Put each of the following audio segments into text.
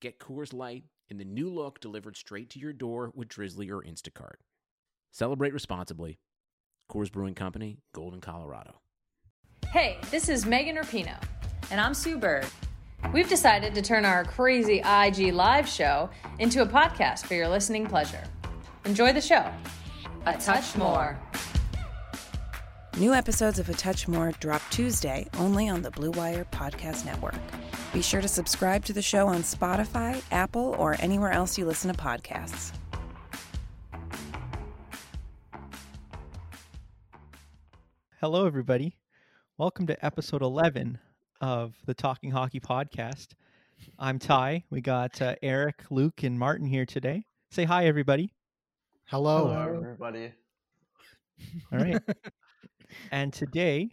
Get Coors Light in the new look delivered straight to your door with Drizzly or Instacart. Celebrate responsibly. Coors Brewing Company, Golden, Colorado. Hey, this is Megan Rapino, and I'm Sue Bird. We've decided to turn our crazy IG live show into a podcast for your listening pleasure. Enjoy the show. A touch more. New episodes of A Touch More drop Tuesday only on the Blue Wire Podcast Network. Be sure to subscribe to the show on Spotify, Apple, or anywhere else you listen to podcasts. Hello, everybody. Welcome to episode 11 of the Talking Hockey Podcast. I'm Ty. We got uh, Eric, Luke, and Martin here today. Say hi, everybody. Hello. everybody. All right. and today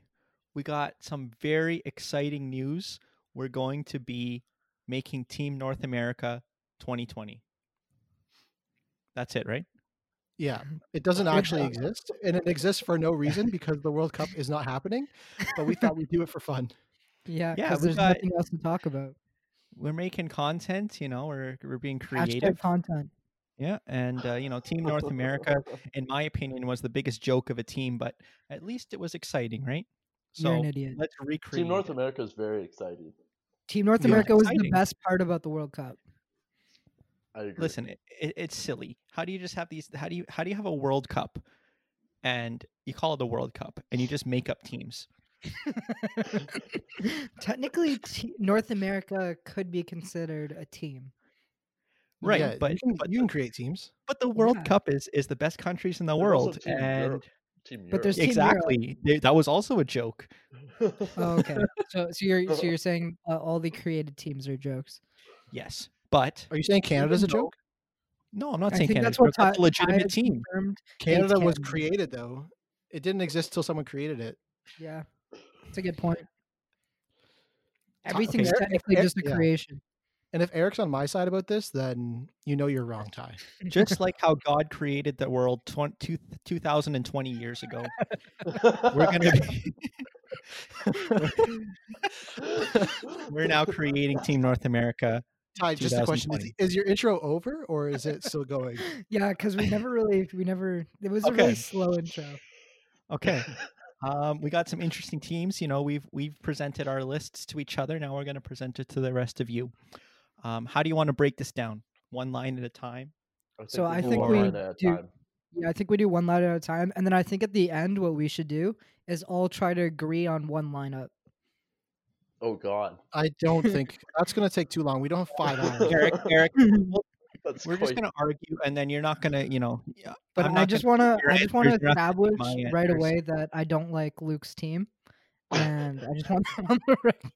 we got some very exciting news. We're going to be making Team North America 2020. That's it, right? Yeah, it doesn't actually exist, and it exists for no reason because the World Cup is not happening. But we thought we'd do it for fun. Yeah, Yeah, because we there's got nothing else to talk about. We're making content, you know, we're, we're being creative. Hashtag content. Yeah, and uh, you know, Team North America, in my opinion, was the biggest joke of a team, but at least it was exciting, right? So You're an idiot. let's recreate. Team North it. America is very exciting. Team North Yeah. America was the Exciting. best part about the World Cup. I agree. Listen, it, it, it's silly. How do you just have these? How do you how do you have a World Cup, and you call it the World Cup, and you just make up teams? Technically, t- North America could be considered a team. Right, Yeah, but you can, but, you the- can create teams. but the World Yeah. Cup is is the best countries in the There was also world, Team and Europe. Team Europe. But there's Team Europe. exactly they- that was also a joke. Oh, okay, so so you're so you're saying uh, all the created teams are jokes? Yes, but Are you saying Canada's a Even though joke? no, I'm not I saying think Canada's that's what joke. that's a Ty- legitimate Ty team. confirmed. Canada was Canada. created though; it didn't exist till someone created it. Yeah, that's a good point. okay, Everything's Eric- technically Eric- just a yeah. creation. And if Eric's on my side about this, then you know you're wrong, Ty. just like how God created the world 20, two- 2020 years ago. We're gonna be, we're now creating Team North America. Ty, just a question: is, 2020. is your intro over, or is it still going? Yeah, because we never really, we never. It was a Okay. really slow intro. Okay. Um, we got some interesting teams. You know, we've we've presented our lists to each other. Now we're going to present it to the rest of you. Um, how do you want to break this down? One line at a time. So I can think go we one at a do- time. Yeah, I think we do one line at a time, and then I think at the end, what we should do is all try to agree on one lineup. Oh God, I don't think that's going to take too long. We don't have five hours. Eric, Eric, we'll- that's we're just quite- going to argue, and then you're not going to, you know, But I'm I not just gonna want to, your I answers, just want to you're not gonna establish get my right answers. away that I don't like Luke's team, and I just want that on the record.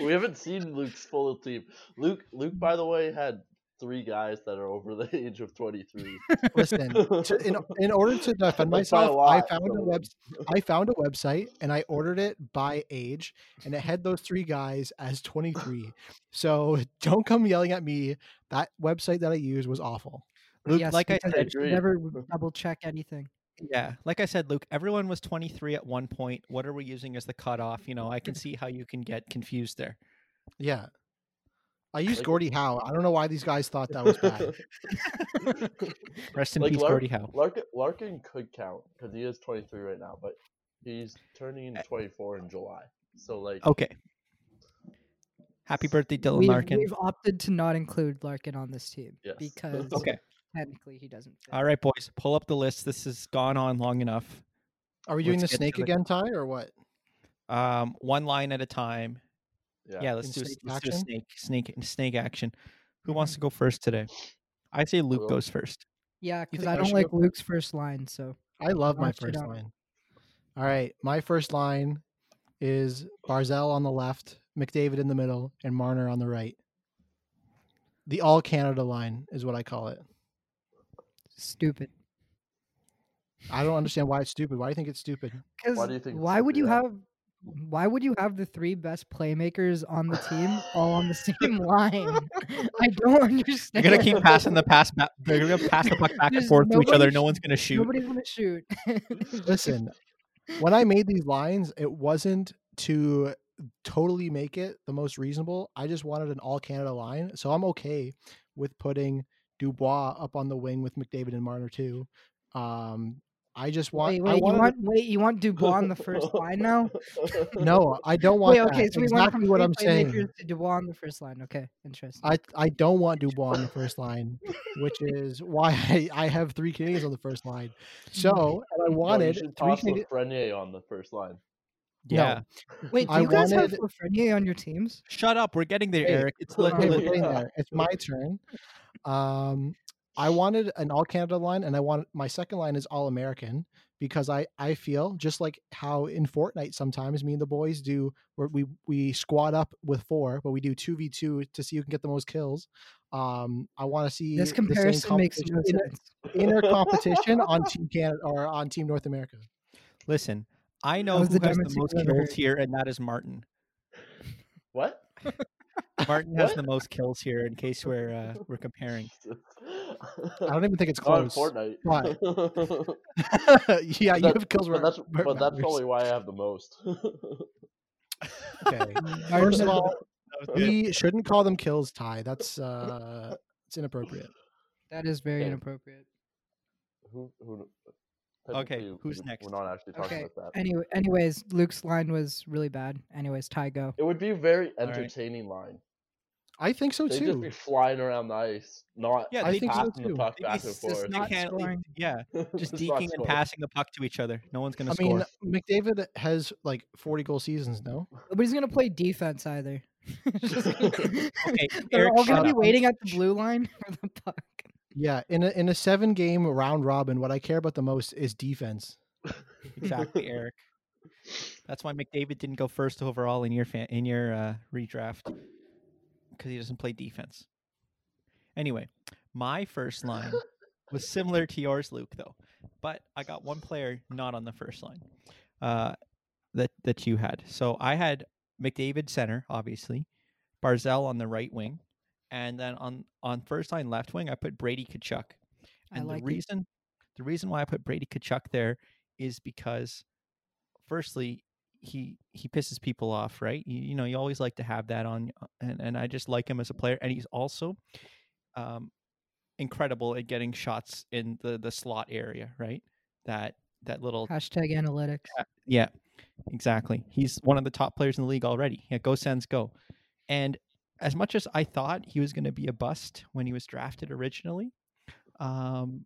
We haven't seen Luke's full team. Luke, Luke, by the way, had three guys that are over the age of 23. Listen, to, in, in order to defend That's quite a myself, I lot, found a so- web, I found a website and I ordered it by age, and it had those three guys as 23. So don't come yelling at me. That website that I used was awful. Luke, Yes, like I because said, you Agreed. should never double check anything. yeah, like I said, Luke, everyone was 23 at one point. What are we using as the cutoff? You know, I can see how you can get confused there. Yeah, I used Gordie Howe. I don't know why these guys thought that was bad. Rest in Like peace, Lark- Gordie Howe. Larkin, Larkin could count because he is 23 right now, but he's turning Eh. 24 in July. So like, Okay. Happy birthday, Dylan We've, Larkin. we've opted to not include Larkin on this team Yes. because okay. technically he doesn't. Fit. All right, boys, pull up the list. This has gone on long enough. Are we doing Let's the get to snake the- again, Ty, or what? Um, one line at a time. yeah. Yeah, let's, In do a, snake let's do a action? snake, snake, snake action. Who wants to Mm-hmm. go first today? I say Luke will. goes first. Yeah, You because think I I don't should like go Luke's first line. So I love my Launch it first out. line. All right, my first line is Barzell on the left, McDavid in the middle, and Marner on the right. The All Canada line is what I call it. stupid. I don't understand why it's stupid. Why do you think it's stupid? Because do you think it's why would stupid, you Adam? have? Why would you have the three best playmakers on the team all on the same line? I don't They're understand. gonna keep passing the pass. Back, they're gonna pass the puck back and There's forth to each nobody other. sh- No one's gonna shoot. Nobody's gonna shoot. Listen, when I made these lines, it wasn't to totally make it the most reasonable. I just wanted an All Canada line, so I'm okay with putting Dubois up on the wing with McDavid and Marner too. Um, I just want. wait, I wait, you wanted a- want wait, you want Dubois on the first line now? No, I don't want Wait, okay, that. so we went exactly from what three I'm saying. playmakers to Dubois on the first line. Okay, interesting. I, I don't want Dubois on the first line, which is why I, I have three Canadians on the first line. Mm. So and I No, wanted you should three toss Canadians. Lafrenier on the first line. yeah. Wait, do I you guys have wanted- Lafreniere on your teams? Shut up. We're getting there, Hey, Eric. It's hold li- on. Okay, li- we're Yeah. getting there. It's my turn. Um, I wanted an all Canada line, and I want my second line is all American because I I feel just like how in Fortnite sometimes me and the boys do where we we squad up with four, but we do two v two to see who can get the most kills. Um, I want to see This the same comparison makes competition no in- sense. inner competition on Team Canada or on Team North America. Listen, I know was who the has the dumbest thing most I've ever kills heard. here, and that is Martin. What? Martin has the What? most kills here. In case we're uh, we're comparing. I don't even think it's Not in close. Fortnite. Why? But yeah, you that- have kills. where that's, it- where it but that's matters. probably why I have the most. okay. Martin First of has all, That was good. we shouldn't call them kills, Ty. That's uh, it's inappropriate. That is very Okay. inappropriate. who, who, Okay, technically, who's we- next? We're not actually talking Okay, about that. Anyway, anyways, Luke's line was really bad. Anyways, Ty go. It would be a very All right. entertaining line. I think so They'd too. just be flying around the ice, not Yeah, I they think so passing the too. puck They- back they and s- forth. they Not can't- they- scoring. yeah, just It's not deking and scoring. passing the puck to each other. No one's gonna I score. mean, McDavid has like 40 goal seasons. No, Nobody's gonna play defense either. Just gonna- Okay, They're Eric, all shut gonna be up. waiting at the blue line for the puck. yeah. In a in a seven game round robin, what I care about the most is defense. Exactly, Eric. That's why McDavid didn't go first overall in your fan, in your uh, redraft because he doesn't play defense. Anyway, my first line was similar to yours, Luke, though, but I got one player not on the first line uh, that that you had. So I had McDavid center, obviously, Barzell on the right wing, and then on on first line left wing I put Brady Kachuk. I And the like it. reason the reason why I put Brady Kachuk there is because firstly he he pisses people off, right? You, you know, you always like to have that on and, and I just like him as a player and he's also um incredible at getting shots in the the slot area, right? That that little Hashtag analytics. yeah, exactly. He's one of the top players in the league already. Yeah, go Sens, go. And as much as I thought he was going to be a bust when he was drafted originally, um,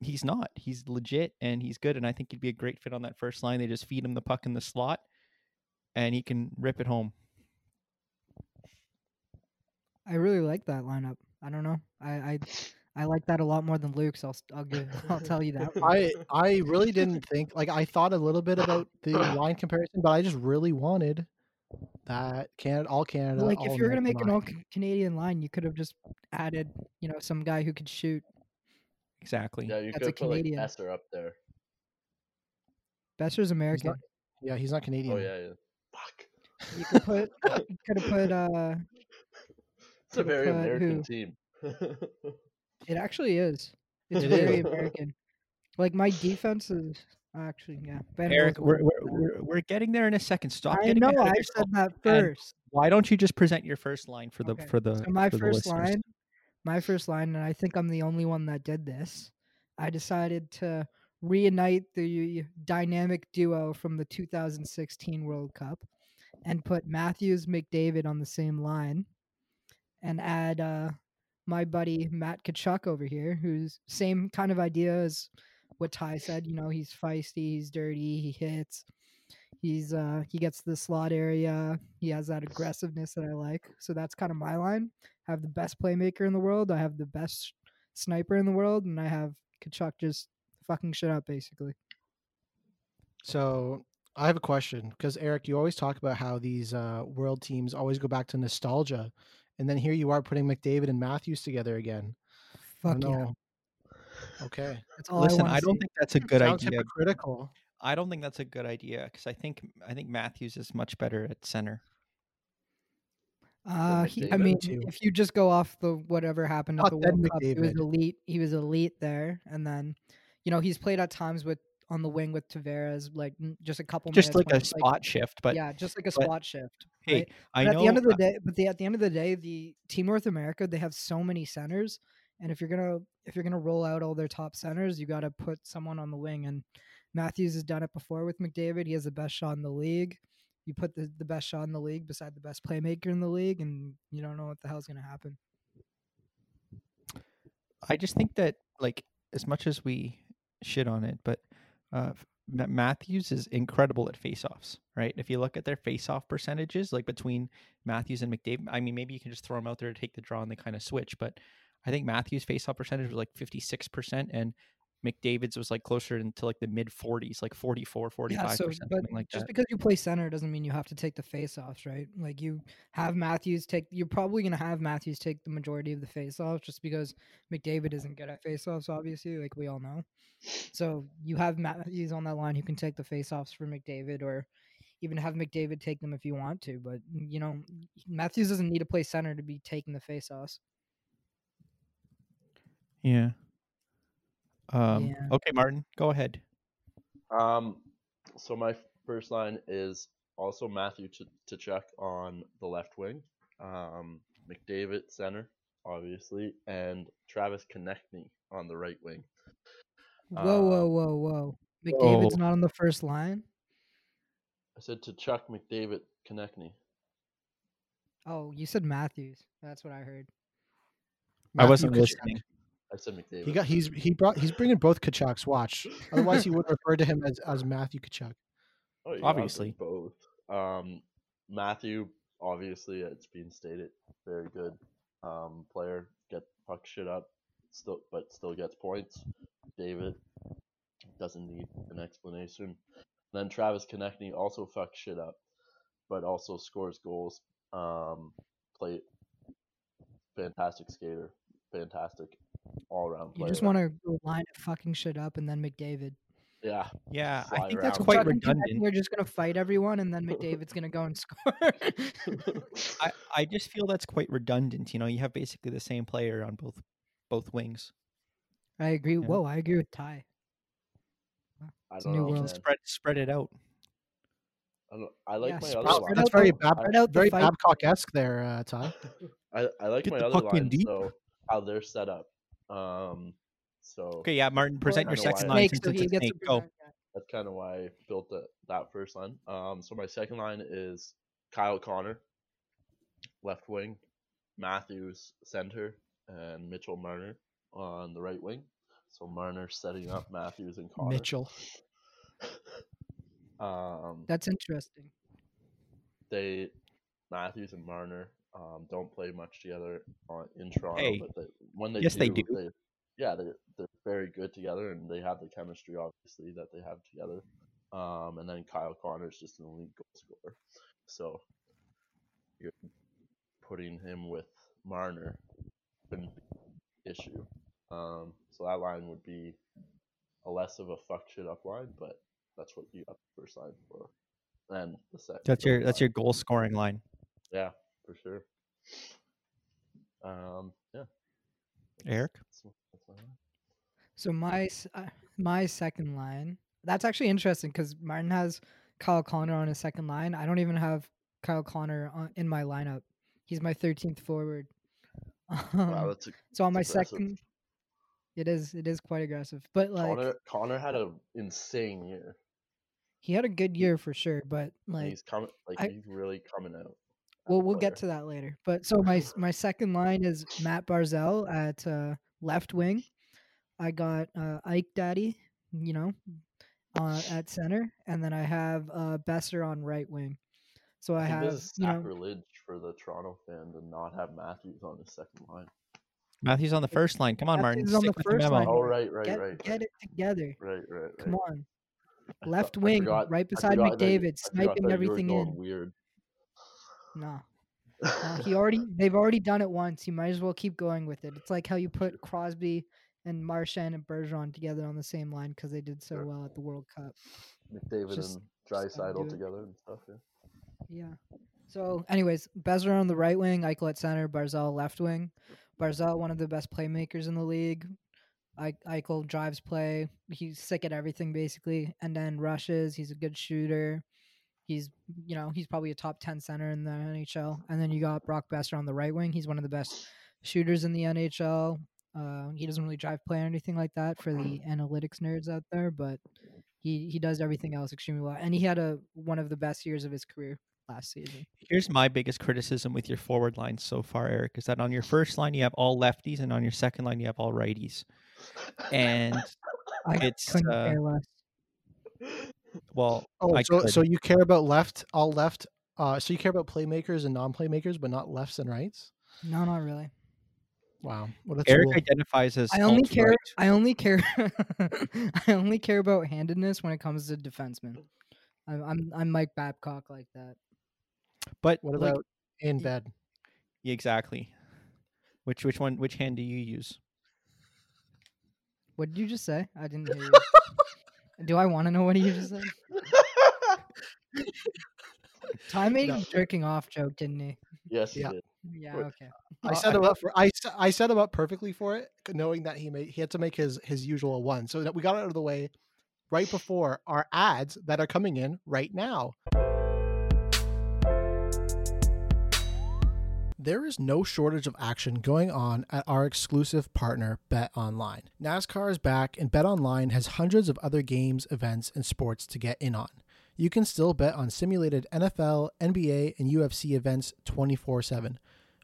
he's not. He's legit and he's good. And I think he'd be a great fit on that first line. They just feed him the puck in the slot, and he can rip it home. I really like that lineup. I don't know. I I, I like that a lot more than Luke's. I'll s- I'll give, I'll tell you that. much. I I really didn't think like I thought a little bit about the line comparison, but I just really wanted That Canada, all Canada. like all if you're gonna make American an all line. Canadian line, you could have just added, you know, some guy who could shoot. Exactly. Yeah, you That's a could put like Canadian. Esther up there. Besser's American. yeah, he's not Canadian. Oh yeah, yeah. Fuck. You could put, you could have put. Uh, It's a could've very put American who? team. it actually is. It's It very is. American. Like my defense is actually yeah. Van Eric, Hoof- we're, we're, we're, we're getting there in a second. Stop. I getting know. ahead I of said yourself. that and first. Why don't you just present your first line for the Okay, for the So my for the first listeners? line, my first line, and I think I'm the only one that did this. I decided to reunite the dynamic duo from the 2016 World Cup and put Matthews McDavid on the same line and add uh, my buddy Matt Kachuk over here, who's same kind of idea as what Ty said. You know, he's feisty, he's dirty, he hits. He's uh he gets to the slot area. He has that aggressiveness that I like. So that's kind of my line. I have the best playmaker in the world. I have the best sniper in the world, and I have Kachuk just fucking shit up basically. So I have a question because Eric, you always talk about how these uh, world teams always go back to nostalgia, and then here you are putting McDavid and Matthews together again. I Fuck yeah, know. Okay. that's all Listen, I, I, want. don't think that's a good Sounds idea. hypocritical. I don't think that's a good idea because I think I think Matthews is much better at center. Uh, Good he, I McDavid mean, too. if you just go off the whatever happened at Not the that World Cup, he was McDavid. elite. He was elite there, and then you know he's played at times with on the wing with Tavares, like n- just a couple Just minutes like when a it's, spot shift, but yeah, just like a but- spot shift. hey, right? I but know at the end of the day, but the, at the end of the day, the Team North America they have so many centers, and if you're gonna if you're gonna roll out all their top centers, you got to put someone on the wing. And Matthews has done it before with McDavid. He has the best shot in the league. You put the, the best shot in the league beside the best playmaker in the league, and you don't know what the hell's gonna happen. I just think that like as much as we shit on it, but uh, f- Ma- Matthews is incredible at faceoffs, right? If you look at their faceoff percentages, like between Matthews and McDavid, I mean, maybe you can just throw them out there to take the draw and they kind of switch. But I think Matthews' faceoff percentage was like fifty six percent, and McDavid's was like closer into like the mid forties, like 44, 45 percent, but something like just that. because you play center doesn't mean you have to take the faceoffs, right? Like you have Matthews take. You're probably gonna have Matthews take the majority of the faceoffs, just because McDavid isn't good at faceoffs, obviously, like we all know. So you have Matthews on that line who can take the faceoffs for McDavid, or even have McDavid take them if you want to. But mm, you know, Matthews doesn't need to play center to be taking the faceoffs. yeah. Um, Yeah. Okay, Martin, go ahead. um, so my first line is also Matthew to, to check on the left wing, um, McDavid center, obviously, and Travis Konechny on the right wing. Whoa, whoa, Uh, whoa, whoa! McDavid's whoa. not on the first line. I said to Chuck McDavid Konechny. Oh, you said Matthews. That's what I heard. I wasn't Matthew Tkachuk. listening. I said McDavid. He got he's he brought he's bringing both Kachuk's watch. Otherwise, he would refer to him as as Matthew Kachuk. Oh, yeah, I'll take Obviously. both. Um, Matthew, obviously, it's been stated, very good um, player. Get puck shit up, still, but still gets points. David doesn't need an explanation. Then Travis Konechny also fucks shit up, but also scores goals. Um, play fantastic skater, fantastic all around You player. just want to line it fucking shit up and then McDavid. yeah, Yeah, I fly think around. that's Chuck quite Chuck and Konechny redundant. are just gonna fight everyone, and then McDavid's gonna go and score. I, I just feel that's quite redundant. You know, you have basically the same player on both both wings. I agree. Whoa, I agree with Ty. I It's don't new know. world. man. Spread spread it out. I, don't, I like Yeah, my spread other out line. the That's very Bab- I- out the very fight. Babcock esque there, uh, Ty. I, I like Get my the other puck in lines deep. though, how they're set up. Um, so Okay, yeah, Martin, present your kinda second why- line Snake, since so it's he a gets snake. a Go. present, yeah. that's kind of why I built that that first line. Um, so my second line is Kyle Connor, left wing, Matthews center, and Mitchell Marner on the right wing. So Marner setting up Matthews and Connor. Mitchell. Um, That's interesting. they Matthews and Marner um, don't play much together on, in Toronto, Hey, but they, when they yes, they do, do. yeah, they they're very good together, and they have the chemistry obviously that they have together. Um, and then Kyle Connor is just an elite goal scorer. So you're putting him with Marner an issue. Um, so that line would be a less of a fuck shit up line, but that's what you got the first line for. And the second. That's your third that's line. your goal scoring line. Yeah, for sure. Um, yeah. That's- Eric? that's my- that's my line. So my s- uh, my second line. That's actually interesting because Martin has Kyle Connor on his second line. I don't even have Kyle Connor on, in my lineup. He's my thirteenth forward. wow, Um, that's a, so on my that's aggressive. second, it is it is quite aggressive. But like Connor Connor had an insane year. he had a good year for sure. But and like he's coming like I- he's really coming out. as Well, a we'll get player. to that later. But so my s- my second line is Matt Barzell at uh, left wing. I got uh, Ike Daddy, you know, uh, at center, and then I have uh, Besser on right wing. So I, I think have this is you know sacrilege for the Toronto fan to not have Matthews on his second line. Matthew's on the first line. Come on, Martin. Matthews on stick the with the first memo. line. Oh right, right, get, right, get right, it together. right, right, right. Come on, I fo- left I wing, forgot- right I beside forgot that you- I McDavid, forgot sniping that you were everything going in. Weird. No, no, he already they've already done it once. You might as well keep going with it. It's like how you put Crosby and Marchand and Bergeron together on the same line because they did so Sure. well at the World Cup. McDavid just- and just gotta Dryside do it. together and stuff. Yeah. Yeah. So, anyways, Bezzer on the right wing, Eichel at center, Barzal left wing. Barzal, one of the best playmakers in the league. Eich- Eichel drives play. He's sick at everything, basically. And then rushes. He's a good shooter. He's, you know, he's probably a top 10 center in the NHL. And then you got Brock Besser on the right wing. He's one of the best shooters in the NHL. Uh, he doesn't really drive play or anything like that for the analytics nerds out there, but he, he does everything else extremely well. And he had a one of the best years of his career last season. Here's my biggest criticism with your forward line so far, Eric, is that on your first line you have all lefties, and on your second line you have all righties. And I it's couldn't uh, care less. well, Oh, I so could. so you care about left, all left. Uh, so you care about playmakers and non-playmakers, but not lefts and rights. No, not really. Wow, what a Eric tool. identifies as I only alt care. right. I only care. I only care about handedness when it comes to defensemen. I'm I'm, I'm Mike Babcock like that. But What like, about in y- bed? yeah, exactly? Which which one which hand do you use? What did you just say? I didn't hear you. Do I want to know what you just said? Ty made No. a jerking off joke, didn't he? yes, he Yeah. did. Yeah. Wait. Okay. I set him up for I, s- I set him up perfectly for it, c- knowing that he made he had to make his his usual one. So that we got it out of the way right before our ads that are coming in right now. There is no shortage of action going on at our exclusive partner, Bet Online. NASCAR is back, and Bet Online has hundreds of other games, events, and sports to get in on. You can still bet on simulated NFL, NBA, and UFC events 24 7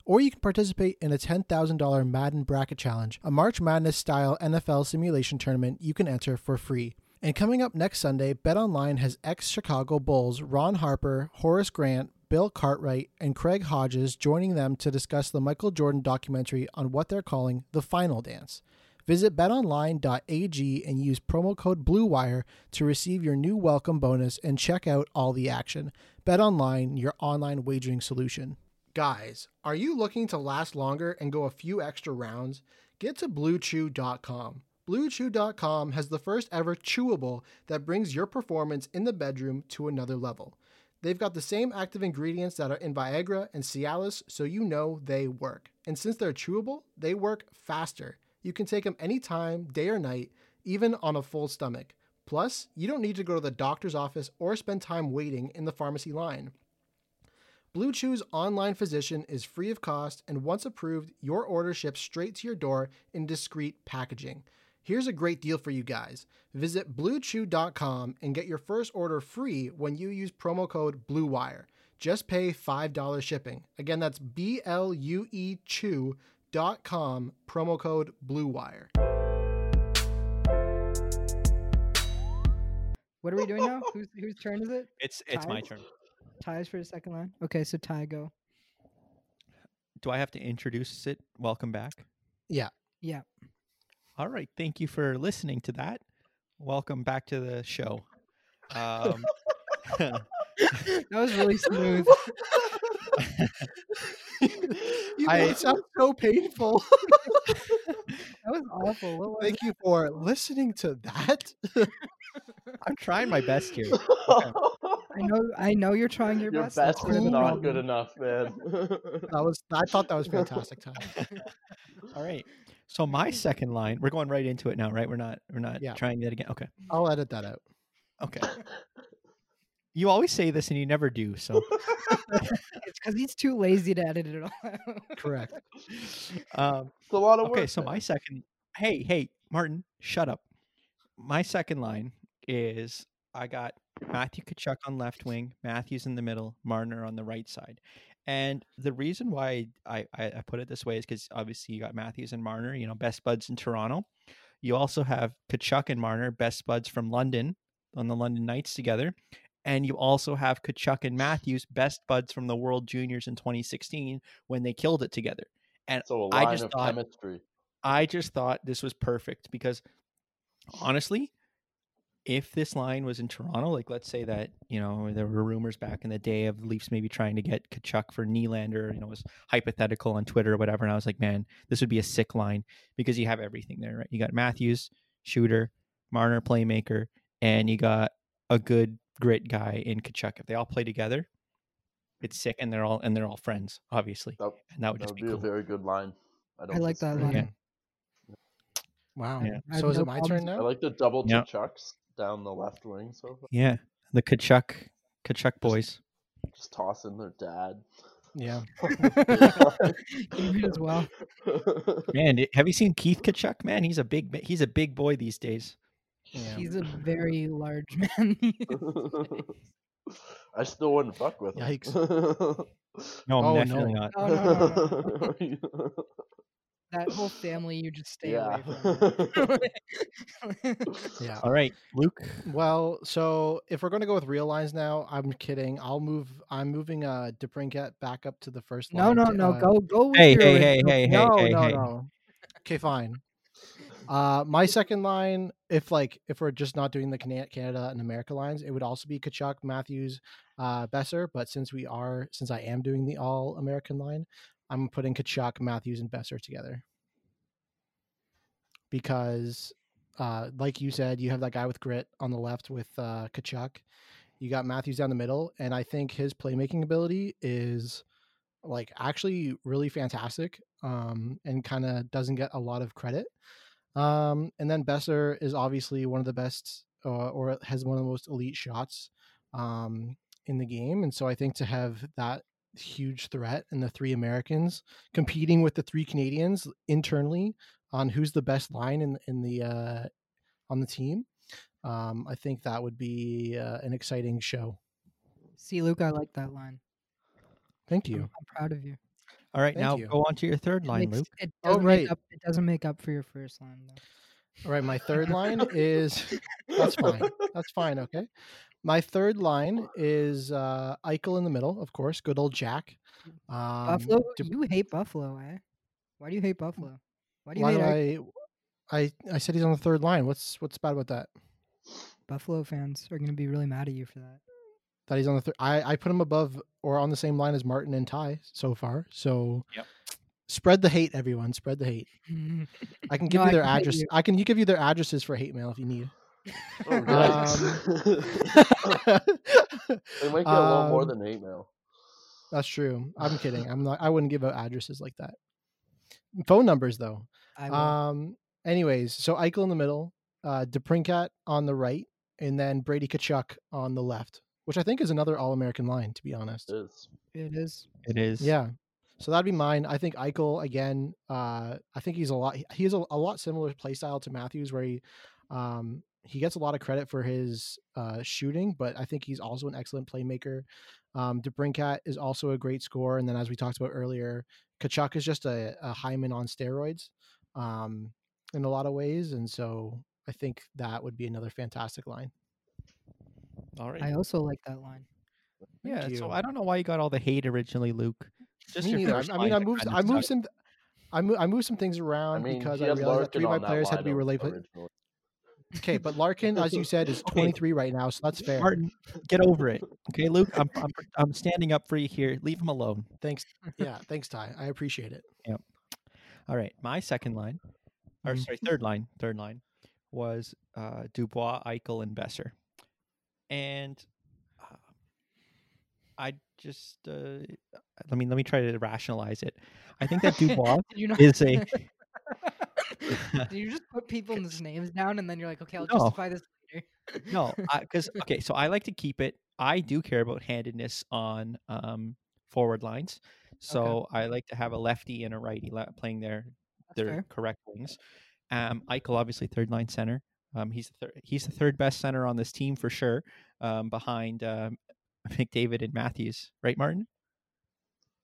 or you can participate in a $10,000 Madden Bracket Challenge, a March Madness style NFL simulation tournament you can enter for free. And coming up next Sunday, BetOnline has ex Chicago Bulls Ron Harper, Horace Grant, Bill Cartwright, and Craig Hodges joining them to discuss the Michael Jordan documentary on what they're calling the final dance. Visit betonline.ag and use promo code BLUEWIRE to receive your new welcome bonus and check out all the action. BetOnline, your online wagering solution. Guys, are you looking to last longer and go a few extra rounds? Get to bluechew.com. Bluechew.com has the first ever chewable that brings your performance in the bedroom to another level. They've got the same active ingredients that are in Viagra and Cialis, so you know they work. And since they're chewable, they work faster. You can take them anytime, day or night, even on a full stomach. Plus, you don't need to go to the doctor's office or spend time waiting in the pharmacy line. Blue Chew's online physician is free of cost, and once approved, your order ships straight to your door in discreet packaging. Here's a great deal for you guys. Visit bluechew.com and get your first order free when you use promo code BLUEWIRE. Just pay $5 shipping. Again, that's B L U E chew.com, promo code BLUEWIRE. What are we doing now? Whose whose turn is it? It's it's my Ty's? turn. Ty's for the second line. Okay, so Ty go. Do I have to introduce it? Welcome back. Yeah. All right, thank you for listening to that. Welcome back to the show. Um, that was really smooth. you I- made it sound so painful. That was awful. What was Thank you for listening to that. I'm trying my best here. I know. I know you're trying your, Your best. best that's is the not problem. good enough, man. That was I thought that was fantastic time. All right. So my second line, we're going right into it now, right? We're not we're not Yeah. trying that again. Okay. I'll edit that out. Okay. You always say this and you never do. So It's because he's too lazy to edit it all. out. Correct. um it's a lot of work. okay, so man. my second hey, hey, Martin, shut up. My second line is I got Matthew Kachuk on left wing, Matthews in the middle, Marner on the right side. And the reason why I, I, I put it this way is because obviously you got Matthews and Marner, you know, best buds in Toronto. You also have Kachuk and Marner, best buds from London on the London Knights together. And you also have Kachuk and Matthews, best buds from the World Juniors in 2016 when they killed it together. so a I line just of thought- chemistry. I just thought this was perfect because honestly, if this line was in Toronto, like let's say that, you know, there were rumors back in the day of the Leafs maybe trying to get Kachuk for Nylander, you know, it was hypothetical on Twitter or whatever. And I was like, man, this would be a sick line because you have everything there, right? You got Matthews, shooter, Marner, playmaker, and you got a good grit guy in Kachuk. If they all play together, it's sick and they're all and they're all friends, obviously. That, And that would that just would be be a cool. very good line. I, don't I like that disagree. line. Mm-hmm. Wow. Yeah. I have So is no it my problems turn I now? like the double Yeah. to chucks down the left wing. So far. Yeah. The Kachuk Kachuk boys. just toss in their dad. Yeah. You might as well. Man, d- have you seen Keith Kachuk? Man, he's a big ma- he's a big boy these days. Yeah. He's a very large man. I still wouldn't fuck with him. No, Oh, definitely no. not. no, no, no, no. That whole family, you just stay yeah. away from. Yeah. All right, Luke. Well, so if we're going to go with real lines now, I'm kidding. I'll move. I'm moving uh Debrinket back up to the first no, line. no, to, no. uh, Go, go. With Hey, your hey, hey, original- hey, hey, No, hey, no, hey. no. Okay, fine. Uh, my second line, if like if we're just not doing the Cana- Canada and America lines, it would also be Kachuk, Matthews, uh, Besser. But since we are, since I am doing the All American line, I'm putting Kachuk, Matthews, and Besser together because, uh, like you said, you have that guy with grit on the left with uh, Kachuk. You got Matthews down the middle, and I think his playmaking ability is like actually really fantastic um, and kind of doesn't get a lot of credit. Um, and then Besser is obviously one of the best uh, or has one of the most elite shots um, in the game. And so I think to have that huge threat and the three Americans competing with the three Canadians internally on who's the best line in, in the uh, on the team. Um, I think that would be uh, an exciting show. See, Luke, I like that line. Thank I'm, you. I'm proud of you. All right, Thank now you. go on to your third It line, makes- Luke. It Oh, doesn't right. make up. It doesn't make up for your first line. Though. All right, my third line is that's fine. That's fine. Okay. My third line is uh, Eichel in the middle, of course. Good old Jack. Um, Mm. Buffalo, Deb- you hate Buffalo, eh? Why do you Mm. hate Buffalo? Why do you why hate do our I, I? I said he's on the third line. What's what's bad about that? Buffalo fans are gonna be really mad at you for that. That he's on the third. I I put him above or on the same line as Martin and Ty so far. So Yep. spread the hate, everyone. Spread the hate. I can give No, you I their can hate address. you. I can you give you their addresses for hate mail if you need. Oh, yikes. Um, they might get a little more Um, than eight now. That's true. I'm kidding. I'm not. I wouldn't give out addresses like that. Phone numbers, though. I will. Um. Anyways, so Eichel in the middle, uh, DePrincat on the right, and then Brady Kachuk on the left, which I think is another All-American line, to be honest. It's it is. It is. Yeah. So that'd be mine. I think Eichel again. Uh, I think he's a lot. He has a, a lot similar play style to Matthews, where he, um, he gets a lot of credit for his uh, shooting, but I think he's also an excellent playmaker. Um, DeBrincat is also a great scorer, and then as we talked about earlier, Kachuk is just a, a Hyman on steroids, um, in a lot of ways, and so I think that would be another fantastic line. All right. I also like that line. yeah. you. So I don't know why you got all the hate originally, Luke. Just Me your neither. first I mean, line I that moved. kinda I moved sucked. some. I moved, I moved some things I around mean, because um, he I had realized that Larkin three of my on that players had to line be o- relay, originally. Okay, but Larkin, as you said, is Okay. 23 right now, so that's fair. Martin, get over it. Okay, Luke, I'm, I'm, I'm standing up for you here. Leave him alone. Thanks. Yeah, thanks, Ty. I appreciate it. All right, my second line, or Mhm. sorry, third line, third line was uh, Dubois, Eichel, and Besser, and uh, I just uh, let me let me try to rationalize it. I think that Dubois Did you not? is a Did you just put people and his names down, and then you're like, okay, I'll No. justify this later. no, because okay, so I like to keep it. I do care about handedness on um, forward lines, so I like to have a lefty and a righty le- playing their their fair. correct wings. Um, Eichel, obviously, third line center. Um, he's the third, he's the third best center on this team for sure, um, behind um, McDavid and Matthews. Right, Martin?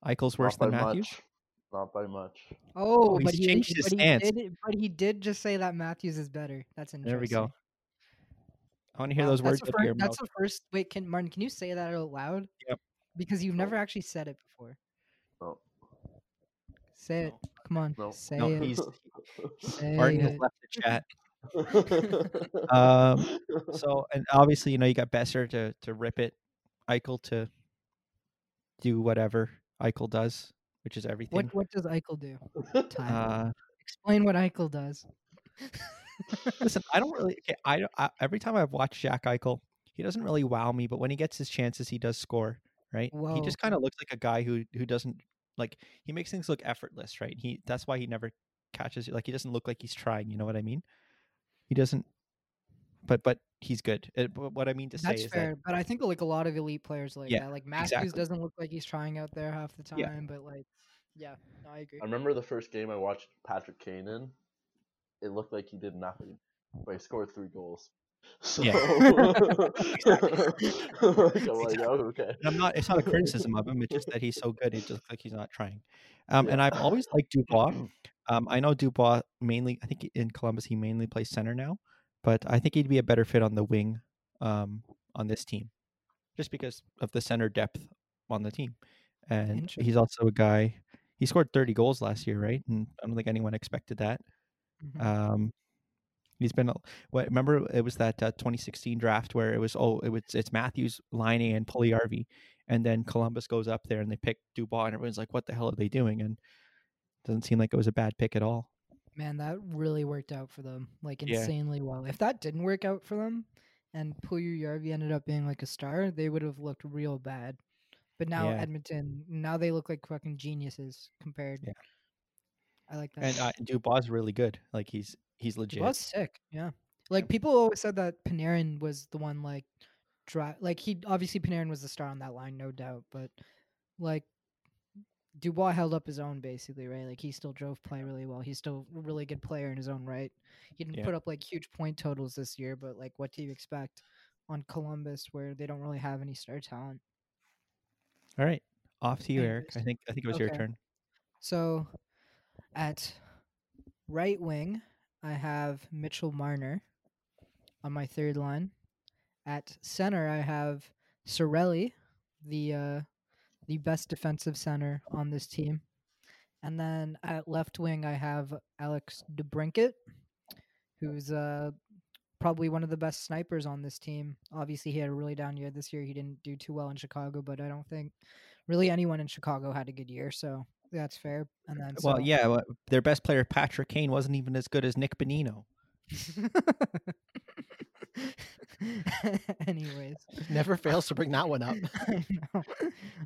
Eichel's worse Not by than Matthews. much. Not by much. Oh, he's but he, changed his but he stance. Did, but he did just say that Matthews is better. That's interesting. There we go. I want to hear Wow, those that's words the out of fir- your mouth. That's the first. Wait, can Martin? Can you say that out loud? Yep. Because you've No. never actually said it before. No. Say it. Come on. No. Say No, it. he's- Say Martin has it. left the chat. Um, So and obviously, you know, you got Besser to to rip it, Eichel to do whatever Eichel does, which is everything. What What does Eichel do? Tyler? Uh, Explain what Eichel does. listen, I don't really. Okay, I, don't- I every time I've watched Jack Eichel, he doesn't really wow me, but when he gets his chances, he does score. Right? He just Whoa. kind of looks like a guy who who doesn't like he makes things look effortless. Right? He that's why he never catches you. Like he doesn't look like he's trying. You know what I mean? He doesn't. But but he's good. Uh, but what I mean to say That's is fair, that but I think like a lot of elite players like Yeah, that. Like Matthews exactly. doesn't look like he's trying out there half the time, Yeah. Um, but like, yeah, no, I agree. I remember the first game I watched Patrick Kane in. It looked like he did nothing, but he scored three goals. So, Yeah. like, I'm like, Exactly. "Oh, okay. And I'm not. It's not a criticism of him. It's just that he's so good. It just looks like he's not trying. Um, And Yeah. I've always liked Dubois. Um, I know Dubois mainly. I think in Columbus he mainly plays center now, but I think he'd be a better fit on the wing, um, on this team, just because of the center depth on the team. And he's Interesting. also a guy. He scored 30 goals last year, right? And I don't think anyone expected that. Mhm. Um, he's been. a- What remember? It was that uh, 2016 draft where it was oh, it was it's Matthews, Line, and Mm-hmm. Puliarvi, and then Columbus goes up there and they pick Dubois, and everyone's like, "What the hell are they doing?" And doesn't seem like it was a bad pick at all. Man, that really worked out for them, like Yeah. insanely well. If that didn't work out for them, and Puyu Yarvi ended up being like a star, they would have looked real bad. But now Yeah. Edmonton, now they look like fucking geniuses compared. Yeah. I like that. And uh, Dubois is really good. Like he's he's legit. Well, that's sick. Yeah. Like people always said that Panarin was the one like dry like he obviously Panarin was the star on that line, no doubt, but like Dubois held up his own basically, right? Like he still drove play really well. He's still a really good player in his own right. He didn't Yeah. put up like huge point totals this year, but like what do you expect on Columbus where they don't really have any star talent? All right, off to you, Eric. I Anyways. think I think it was your Okay. turn. So at right wing, I have Mitchell Marner on my third line. At center, I have Sorelli, the uh, the best defensive center on this team. And then at left wing, I have Alex DeBrinket, who's uh, probably one of the best snipers on this team. Obviously, he had a really down year this year. He didn't do too well in Chicago, but I don't think really anyone in Chicago had a good year. So that's fair. And then Well, so- yeah, well, their best player Patrick Kane wasn't even as good as Nick Benino. Anyways, Uh, Never fails to bring that one up. I know.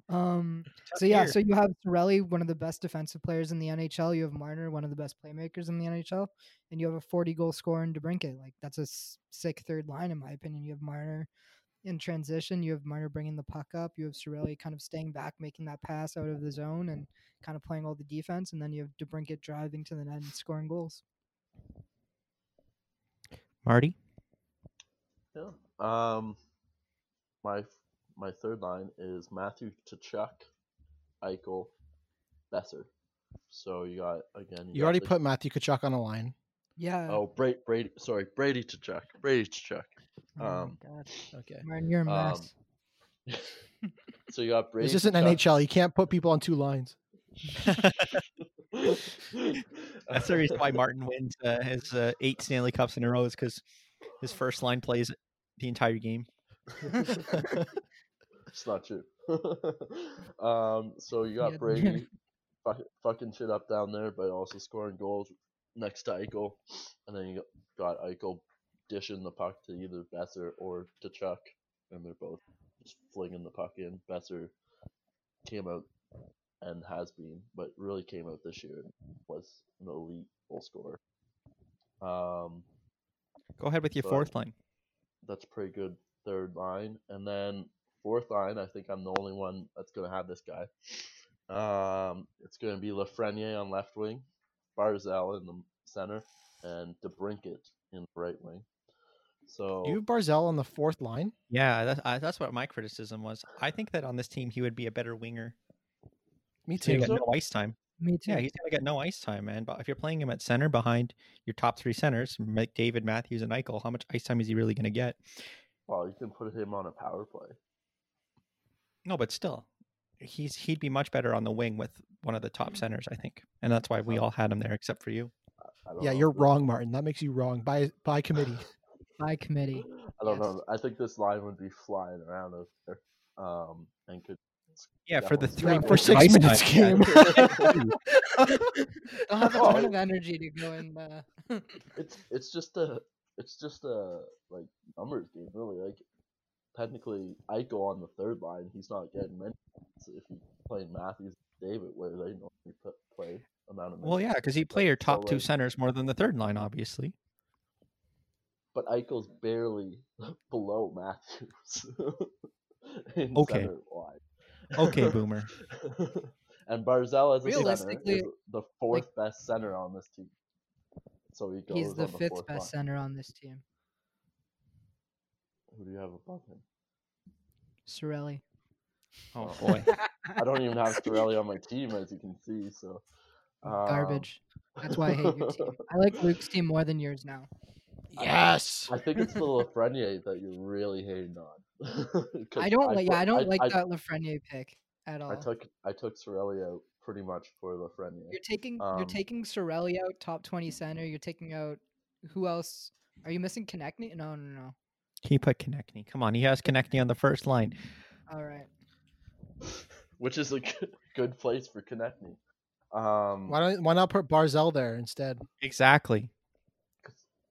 Um, so Tough yeah, year. so you have Sorelli, one of the best defensive players in the NHL. You have Marner, one of the best playmakers in the NHL, and you have a 40 goal scorer in DeBrinket. Like that's a s- sick third line, in my opinion. You have Marner in transition. You have Marner bringing the puck up. You have Sorelli kind of staying back, making that pass out of the zone, and kind of playing all the defense. And then you have DeBrinket driving to the net and scoring goals. Marty. Yeah. Um, my my third line is Matthew Tuchuk, Eichel, Besser. So you got again. You got already the- put Matthew Kachuk on a line. Yeah. Oh, Brady. Brady sorry, Brady Tuchuk. Brady Tuchuk. oh um, my god. Okay. eh, Martin, you're a um, mess. So you got Brady. It's just an Tkachuk. NHL. You can't put people on two lines. That's the reason why Martin wins uh, his uh, eight Stanley Cups in a row is because His first line plays the entire game. It's not true. um, so you got Yeah. Brady fuck, fucking shit up down there, but also scoring goals next to Eichel, and then you got Eichel dishing the puck to either Besser or to Chuck, and they're both just flinging the puck in. Besser came out and has been, but really came out this year and was an elite goal scorer. Um, Go ahead with your But- fourth line. that's pretty good third line. And then fourth line, I think I'm the only one that's going to have this guy. Um, it's going to be Lafreniere on left wing, Barzell in the center, and DeBrinket in the right wing. So You have Barzell on the fourth line. Yeah, that's I, that's what my criticism was. I think that on this team he would be a better winger. Me He's gonna Think get so? no ice time. Me too. Yeah, he's gonna get no ice time, man. But if you're playing him at center behind your top three centers, McDavid, Matthews, and Eichel, how much ice time is he really gonna get? well, you can put him on a power play. No, but still, he's he'd be much better on the wing with one of the top centers, I think. And that's why we all had him there except for you. I don't Yeah, know you're if wrong, Martin. That makes you wrong by by committee. By this- committee. I don't Yes. know. I think this line would be flying around over there, um, and could Yeah, for the Definitely. three Yeah, for more six ice minutes time, yeah. Don't have a Oh. ton of energy to go in. Uh, it's it's just a it's just a like numbers game really like technically Eichel on the third line he's not getting many minutes if you playing Matthews and David where they normally put, play amount of minutes. Well, yeah, because he play your So, top two like, centers more than the third line, obviously. but Eichel's barely below Matthews in Okay. center line. Okay, Boomer. and Barzell as a Realistically, center is the fourth best center on this team. So he goes he's the on the fifth fourth best line. center on this team. Who do you have above him? Sorelli. Oh Oh. boy. I don't even have Sorelli on my team, as you can see. So um, Garbage. That's why I hate your team. I like Luke's team more than yours now. yes. I think it's the Lafreniere that you're really hating on. 'Cause I don't like. put- Yeah, I don't like I, that Lafreniere pick at all. I took I took Sorelli out pretty much for Lafreniere. you're taking. you're um, taking Sorelli out, top twenty center. You're taking out. Who else? Are you missing Konechny? No, no, no. He put Konechny. Come on, he has Konechny on the first line. All right. which is a good, good place for Konechny. Um, Why don't why not put Barzell there instead? Exactly.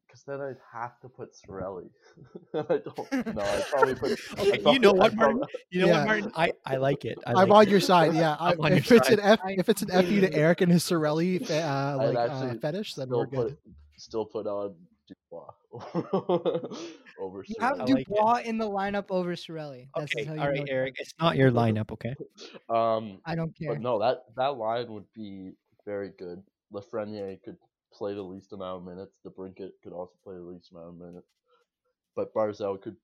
because then I'd have to put Sorelli. I don't know. I probably put. Oh, I You probably- know I what, Martin? probably- You know Yeah. what, Martin? I, I like it. I I'm like on your it. side. Yeah, I, I'm on your if it's side. an F, I if it's an F you to completely Eric and his Sorelli fe- uh, I'd like uh, actually fetish, then we're still good. put still put on Dubois over Sorelli. You have like it. Dubois in the lineup over Sorelli. That's Okay, how all you right, know- Eric. It's not your lineup, okay? Um, I don't care. but no, that that line would be very good. Lafreniere could play the least amount of minutes. The Brinket could also play the least amount of minutes. But Barzell could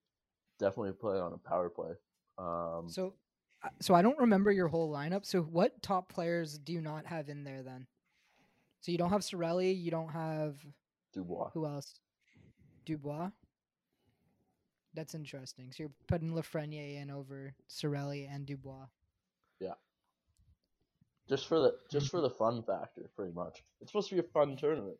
definitely play on a power play. Um, So, uh, so I don't remember your whole lineup. So, what top players do you not have in there then? So you don't have Sorelli. You don't have Dubois. who else? Dubois. That's interesting. So you're putting Lafreniere in over Sorelli and Dubois. Just for the just for the fun factor, pretty much. It's supposed to be a fun tournament.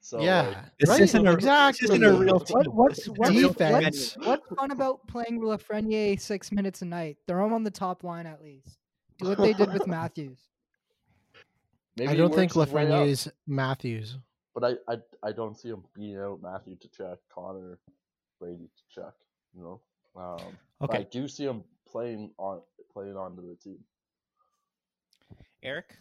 So like, yeah, This right? isn't a- exactly. This isn't a real team. What, what's This isn't a what's, real what's, defense. team. what's fun about playing Lafreniere six minutes a night? Throw him on the top line at least. Do what they did with Matthews. maybe I he don't think works his way up, Lafreniere is Matthews. but I, I I don't see him beating out Matthew to check, Connor, Brady to check. You know. Um, but I Okay, do see him playing on playing onto the team. Eric.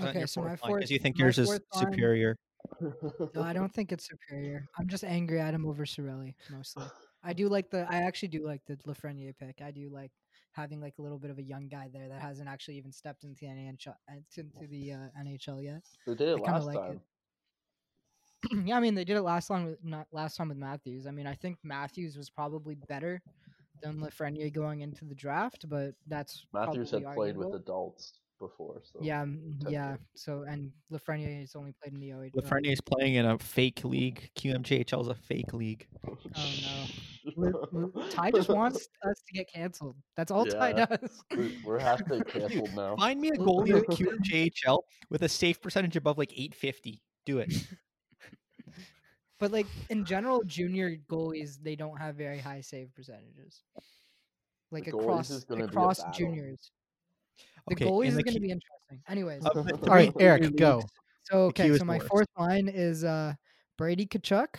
Okay, so my because you fourth- think my yours is fourth line- superior. No, I don't think it's superior. I'm just angry at him over Sorelli mostly. I do like the. I actually do like the Lafreniere pick. I do like having like a little bit of a young guy there that hasn't actually even stepped into the NHL uh, into the uh, NHL yet. They did it I kinda last like time. it. yeah, I mean they did it last time with not last time with Matthews. I mean I think Matthews was probably better than Lafreniere going into the draft, but that's Matthews had probably played with arguable. adults before, so Yeah, mm, That's yeah. it. So and Lafreniere has only played in the OH. uh, Lafreniere is playing in a fake league. QMJHL is a fake league. Oh, Lu- Lu- Ty just wants us to get canceled. That's all Ty Yeah. does. We- we're half day canceled now. Find me a Lu- goalie at Lu- QMJHL with a safe percentage above like 850. Do it. But like in general, junior goalies they don't have very high save percentages. Like goalies across is gonna be a across battle. juniors, the Okay, and goalies is the going to key- be interesting. Anyways, of the All All three right, Eric, junior go. leagues- so the okay, queue is so my Morris. fourth line is uh Brady Kachuk,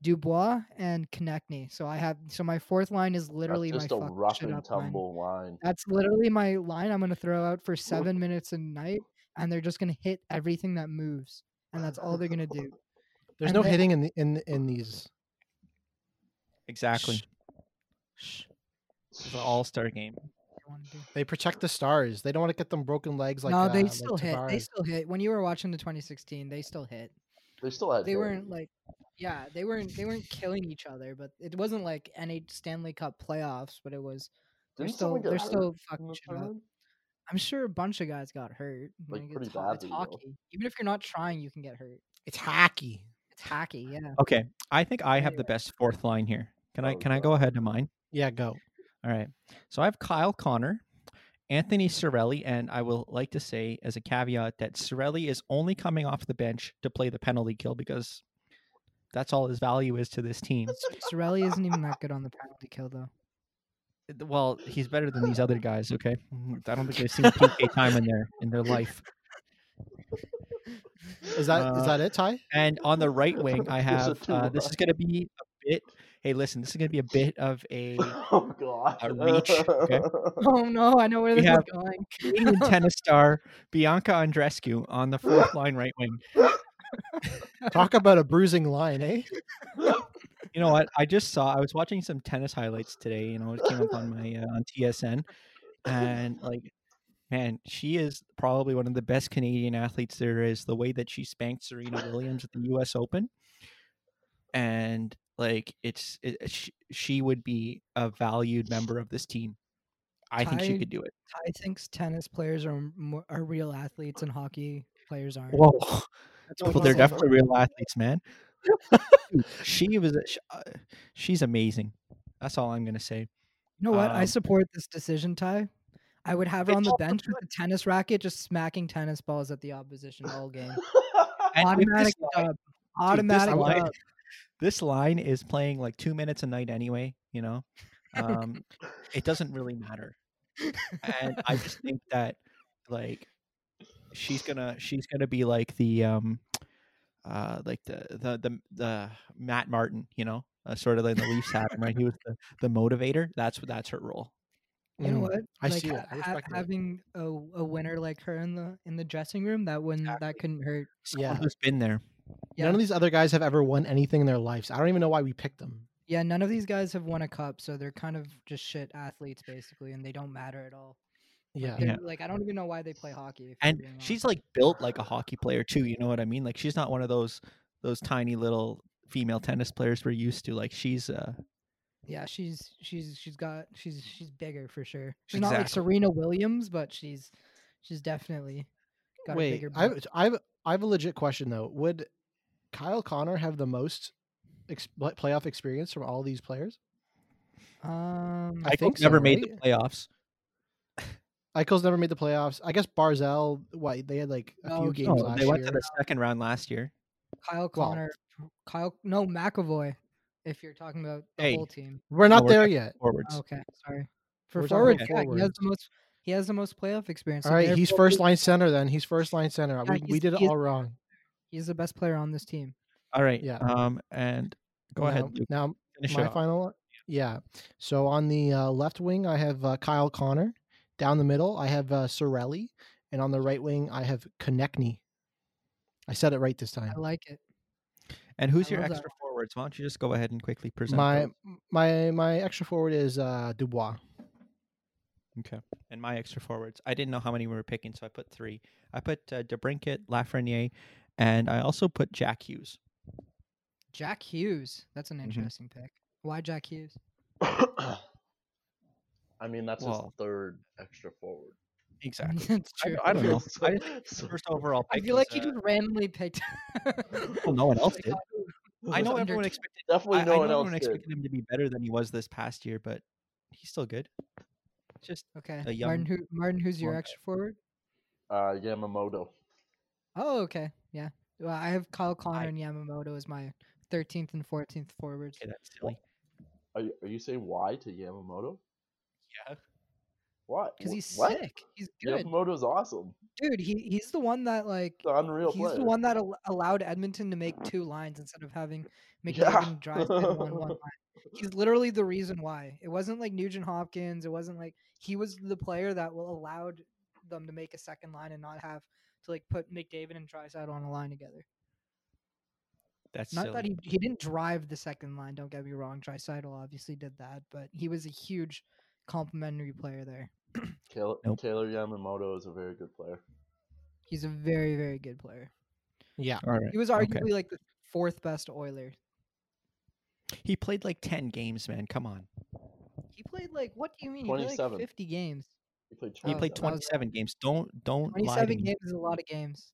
Dubois, and Konechny. So I have so my fourth line is literally That's just my a fuck rough shit and up line. tumble line. That's literally my line I'm going to throw out for seven minutes a night, and they're just going to hit everything that moves, and that's all they're going to do. There's And no then- hitting in the, in the- in these. Exactly. Shh. Shh. This is an all-star game. I wanna do. They protect the stars. They don't want to get them broken legs like no, uh, they like still hit. They Tavares. still hit. When you were watching the 2016, they still hit. They still had. They hit. weren't like, yeah, they weren't. They weren't killing each other, but it wasn't like any Stanley Cup playoffs. But it was. They're Didn't still. someone get They're hurt still in fucking the shit up. third? I'm sure a bunch of guys got hurt. Like, it's pretty ho- It's badly, though. hockey. Even if you're not trying, you can get hurt. It's hacky. It's hockey. Yeah. Okay, I think I have the best fourth line here. Can I Oh, can I go. go ahead to mine? Yeah, go. All right. So I have Kyle Connor, Anthony Sorelli, and I will like to say as a caveat that Sorelli is only coming off the bench to play the penalty kill because that's all his value is to this team. Sorelli isn't even that good on the penalty kill though. Th- Well, he's better than these other guys, okay? Mm-hmm. Mm, I don't think they've seen PK time in their in their life. Is that is Uh, that it, Ty? And on the right wing, I There's a have uh, this is two-line. going to be a bit. Hey, listen, this is going to be a bit of a Oh god. a reach, okay? Oh no, I know where We this is have- going. Canadian tennis star Bianca Andrescu on the fourth line right wing. Talk about a bruising line, eh? You know what? I just saw. I was watching some tennis highlights today. You know, it came up on my uh, on TSN, and like, man, she is probably one of the best Canadian athletes there is. The way that she spanked Serena Williams at the U.S. Open, and like, it's it, it- she, she would be a valued member of this team. I think she Tied- could do it. Ty thinks tennis players are mo- are real athletes and hockey players aren't. Whoa, what well, he they're said. definitely real athletes, man. Dude, she was, a- sh- uh, she's amazing. That's all I'm gonna say. You know what? I Um, support this decision, Ty. I would have her It's on the all for bench with a tennis racket, just smacking tennis balls at the opposition all game. And with this uh, Automatic line- Dude, this line- dub. Automatic dub. this line is playing like two minutes a night anyway you know um it doesn't really matter and i just think that like she's gonna she's gonna be like the um uh like the the the, the matt martin you know uh, sort of like the leafs had him right he was the, the motivator that's what that's her role You know Mm, what? I see it. I respect it. having a, a winner like her in the in the dressing room that wouldn't that Exactly. couldn't hurt. Someone Yeah. who's been there Yeah, None of these other guys have ever won anything in their lives. I don't even know why we picked them. yeah. None of these guys have won a cup, so they're kind of just shit athletes basically, and they don't matter at all. Yeah. They're- Like I don't even know why they play hockey. if I'm and being honest. she's like built like a hockey player too you know what i mean like she's not one of those those tiny little female tennis players we're used to like she's uh Yeah, she's she's she's got she's she's bigger for sure. She's not like Exactly. Serena Williams, but she's she's definitely got a Wait, bigger. I build. have, I have I have a legit question though. Would Kyle Connor have the most ex- pl- playoff experience from all these players? um, I Eichel think never so, made right? the playoffs. Eichel's never made the playoffs. I guess Barzell. Why they had like a No, few games No, last Oh, they went year. to the second round last year. Kyle Connor, Kyle, no McAvoy. If you're talking about the Hey. whole team, We're No, not we're there talking yet. Forwards. okay, sorry. For We're forward, talking yeah, he has forwards. the most. He has the most playoff experience. All so right, he's therefore first he- line center. Then he's first line center. Yeah, we, we he's- did it he's- all wrong. He's the best player on this team. All right. Yeah. Um, and go now, ahead. Luke, Now finish my it off. final yeah so on the uh, left wing i have uh, kyle connor down the middle i have uh, sorelli and on the right wing i have konechny i said it right this time I like it. And who's I your love that extra forwards? Why don't you just go ahead and quickly present my those? my my extra forward is uh, dubois Okay. And my extra forwards. I didn't know how many we were picking, so I put three. I put uh, DeBrinket, Lafreniere, and I also put Jack Hughes. Jack Hughes. That's an Mhm. interesting pick. Why Jack Hughes? I mean, that's Well. his third extra forward. Exactly. That's I- true. I, don't know. So- I just think so- first overall. I pick feel was, like he uh, just randomly picked. well, Oh, no one else did. I was know under- everyone expected. Definitely I, no I know one else everyone did. expected him to be better than he was this past year, but he's still good. Just Okay, a Martin. young Who, Martin? Who's your blonde guy. extra forward? Uh, Yamamoto. Oh, okay, yeah. Well, I have Kyle Connor I- and Yamamoto as my 13th and 14th forwards. Okay, that's silly. Are you, are you saying why to Yamamoto? Yeah. Why? Because Wh- he's what? sick. He's good. Yamamoto's awesome. Dude, he, he's the one that, like, It's an unreal he's player. the one that al- allowed Edmonton to make two lines instead of having Yeah. McDavid drive in one, one line. He's literally the reason why. It wasn't like Nugent Hopkins. It wasn't like he was the player that will allowed them to make a second line and not have to like put McDavid and Drysdale on a line together. That's Not silly. that he he didn't drive the second line. Don't get me wrong. Drysdale obviously did that, but he was a huge complimentary player there. Taylor, Nope. Taylor Yamamoto is a very good player. He's a very very good player. Yeah. All right. He was okay. arguably like the fourth best Oiler. He played like 10 games, man. Come on. He played like what do you mean? He played like 27. 50 games. He played 20. He Oh, played that was- 27 games. Don't don't lie. 27 To me. games is a lot of games.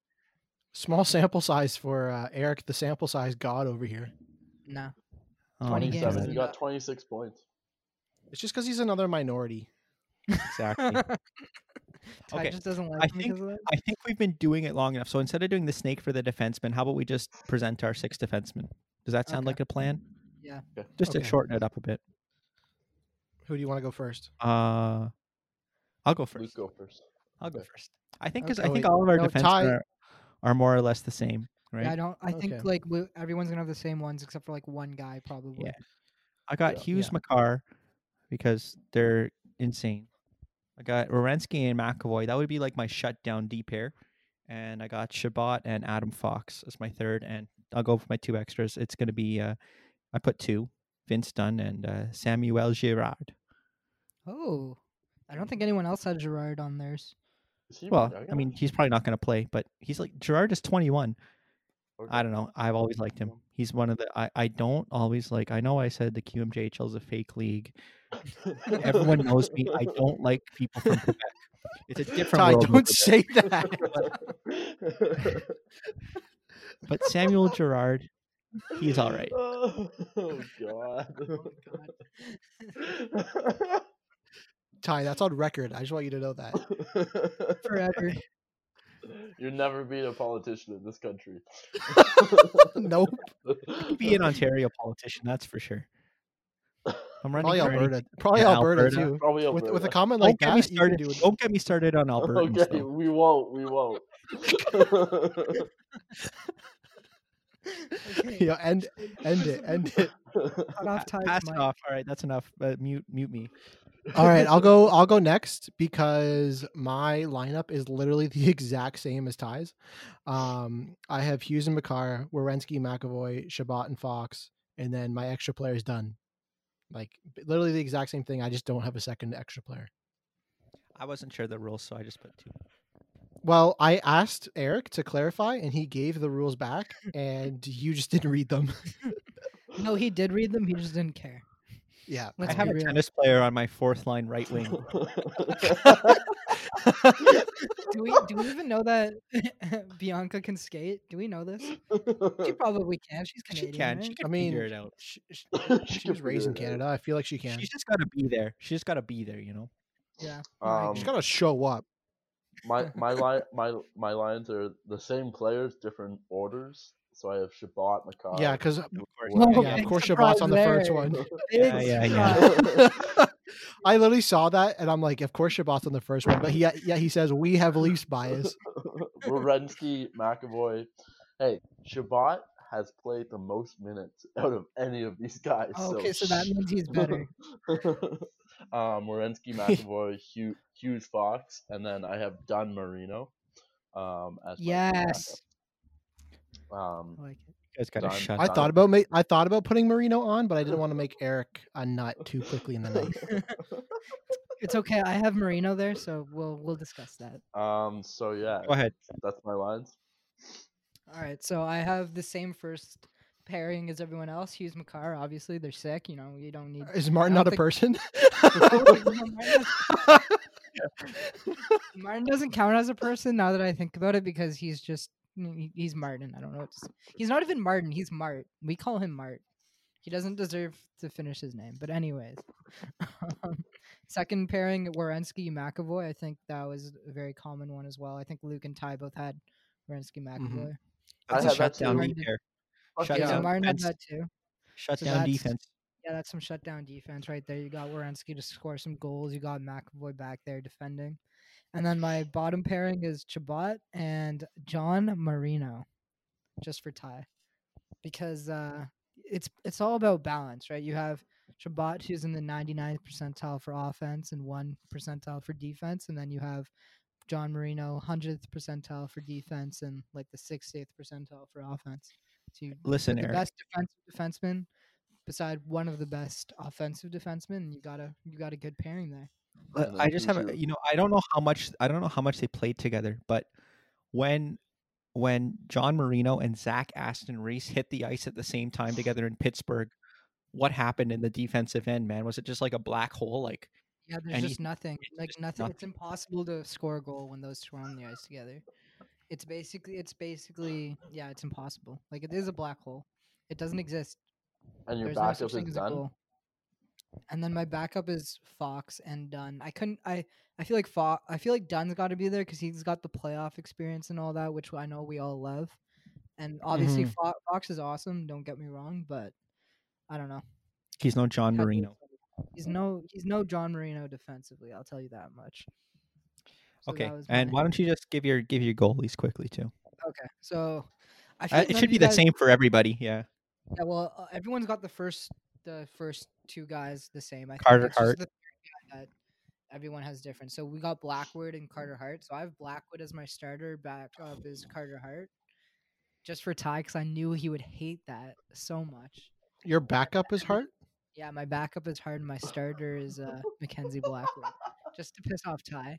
Small sample size for uh, Eric, the sample size god over here. No. Oh, 20 he's games. done He it. got 26 points. It's just because he's another minority. Exactly. Ty Okay, just doesn't like I him think- because of that. I think we've been doing it long enough. So instead of doing the snake for the defenseman, how about we just present our six defensemen? Does that sound Okay. like a plan? Yeah. Yeah. Just to Okay. shorten it up a bit. Who do you want to go first? Uh, I'll go Luke, first. go first. I'll go Okay. first. I think 'cause Okay, I think wait. all of our No, defensemen Ty- are, are more or less the same, right? Yeah, I don't. I Okay. think like we- everyone's gonna have the same ones except for like one guy probably. I got Yeah. Hughes McCarr because they're insane. I got Wierenski and McAvoy. That would be like my shutdown D pair. And I got Shabbat and Adam Fox as my third. And I'll go for my two extras. It's going to be, uh, I put two Vince Dunn and uh, Samuel Girard. Oh, I don't Mm-hmm. think anyone else had Gerard on theirs. Is he Well, younger? I mean, he's probably not going to play, but he's like, Girard is 21. I Okay. don't know. I've always liked him. He's one of the, I, I don't always like, I know I said the QMJHL is a fake league. Everyone knows me. I don't like people from Quebec. It's a different Ty, world. over don't there. say that. But Samuel Gerard, he's all right. Oh, Oh, Oh God. Ty, that's on record. I just want you to know that. Forever. You'll never be a politician in this country. nope. Be an Ontario politician, that's for sure. I'm running Probably for anything. Alberta. Probably Yeah, Alberta, Alberta. too. Probably With, Alberta. with a comment Don't like get that, me you can started. do it. Don't get me started on Albertans. Okay, though. we won't. We won't. Okay. Yeah, end, end it. End it. Cut off Pa- Ty's Pass mic. it off. All right, that's enough. Uh, mute, mute me. All right, I'll go. I'll go next because my lineup is literally the exact same as Ty's. Um, I have Hughes and McCarr, Wierenski, McAvoy, Shabbat, and Fox, and then my extra player is done. Like b- literally the exact same thing. I just don't have a second extra player. I wasn't sure the rules, so I just put two. Well, I asked Eric to clarify, and he gave the rules back, and you just didn't read them. No, he did read them. He just didn't care. yeah, Let's I have be a real. tennis player on my fourth line right wing. Do we? Do we even know that Bianca can skate? Do we know this? She probably can. She's she Canadian. can. right? She can I figure it mean, out. she, she, She she can was raised in figure it Canada. I feel like she can. She's just got to be there. She's just got to be there, you know? Yeah. out. she's Um, got to show up. my my li- my my lines are the same players, different orders. So I have Shabbat, Makar. yeah, because Oh, Of course. Well, yeah, yeah. okay. yeah, of big course surprise Shabbat's on the first there. one. Yeah, yeah, yeah. I literally saw that and I'm like, of course Shabbat's on the first one, but he yeah he says we have Leafs bias. Wierenski, McAvoy. Hey, Shabbat has played the most minutes out of any of these guys. Oh, okay, so that means he's better. um, Wierenski, McAvoy, Hugh, Hughes, Fox, and then I have Don Marino. Um, as my yes. backup. Um, I like it. You guys got to Done. shut I up. thought about ma- I thought about putting Marino on, but I didn't want to make Eric a nut too quickly in the night. It's okay. I have Marino there, so we'll we'll discuss that. um, so yeah, Go ahead. that's my lines. All right, so I have the same first pairing as everyone else. Hughes McCarr, obviously they're sick. You know, you don't need. Is Martin I not don't a think- person? Martin, doesn't... Martin doesn't count as a person now that I think about it because he's just he- he's Martin. I don't know. What to say. He's not even Martin. He's Mart. We call him Mart. He doesn't deserve to finish his name. But anyways, um, second pairing Wierenski McAvoy. I think that was a very common one as well. I think Luke and Ty both had Wierenski McAvoy. That's I a have actually- shutdown. right there. Shut Yeah, down so Martin had defense. Mm-hmm. that too. Shut so down that's- defense. Yeah, that's some shutdown defense right there. You got Wierenski to score some goals. You got McAvoy back there defending. And then my bottom pairing is Chabot and John Marino, just for tie, because uh, it's it's all about balance, right? You have Chabot who's in the 99th percentile for offense and one percentile for defense, and then you have John Marino 100th percentile for defense and like the 60th percentile for offense. So you Listen, the Eric. best defensive defenseman beside one of the best offensive defensemen. You got a you got a good pairing there. Uh, And then I just have who's a, your- you know I don't know how much I don't know how much they played together, but when when John Marino and Zach Aston Reese hit the ice at the same time together in Pittsburgh, what happened in the defensive end, man? Was it just like a black hole? Like Yeah, there's And just he- nothing. it's Like just nothing. It's nothing. impossible to score a goal when those two are on the ice together. It's basically it's basically yeah, it's impossible. Like it is a black hole. It doesn't exist. And your There's no backup such thing is as a done. goal. And then my backup is Fox and Dunn. I couldn't. I I feel like Fox. I feel like Dunn's got to be there because he's got the playoff experience and all that, which I know we all love. And obviously, Mhm. Fo- Fox is awesome. Don't get me wrong, but I don't know. he's no John How do you Marino. feel? He's no. He's no John Marino defensively. I'll tell you that much. So okay, that was and my- why don't you just give your give your goalies quickly too? Okay, so I feel Uh, like it none should of be you the guys- same for everybody. Yeah, Yeah, well, uh, everyone's got the first the first two guys the same. I think Carter that's just Hart. the third guy that everyone has different. So we got Blackwood and Carter Hart. So I have Blackwood as my starter. Backup is Oh. Carter Hart, just for Ty, because I knew he would hate that so much. Your backup is Hart. Yeah, my backup is Hart. and My starter is uh, Mackenzie Blackwood, just to piss off Ty.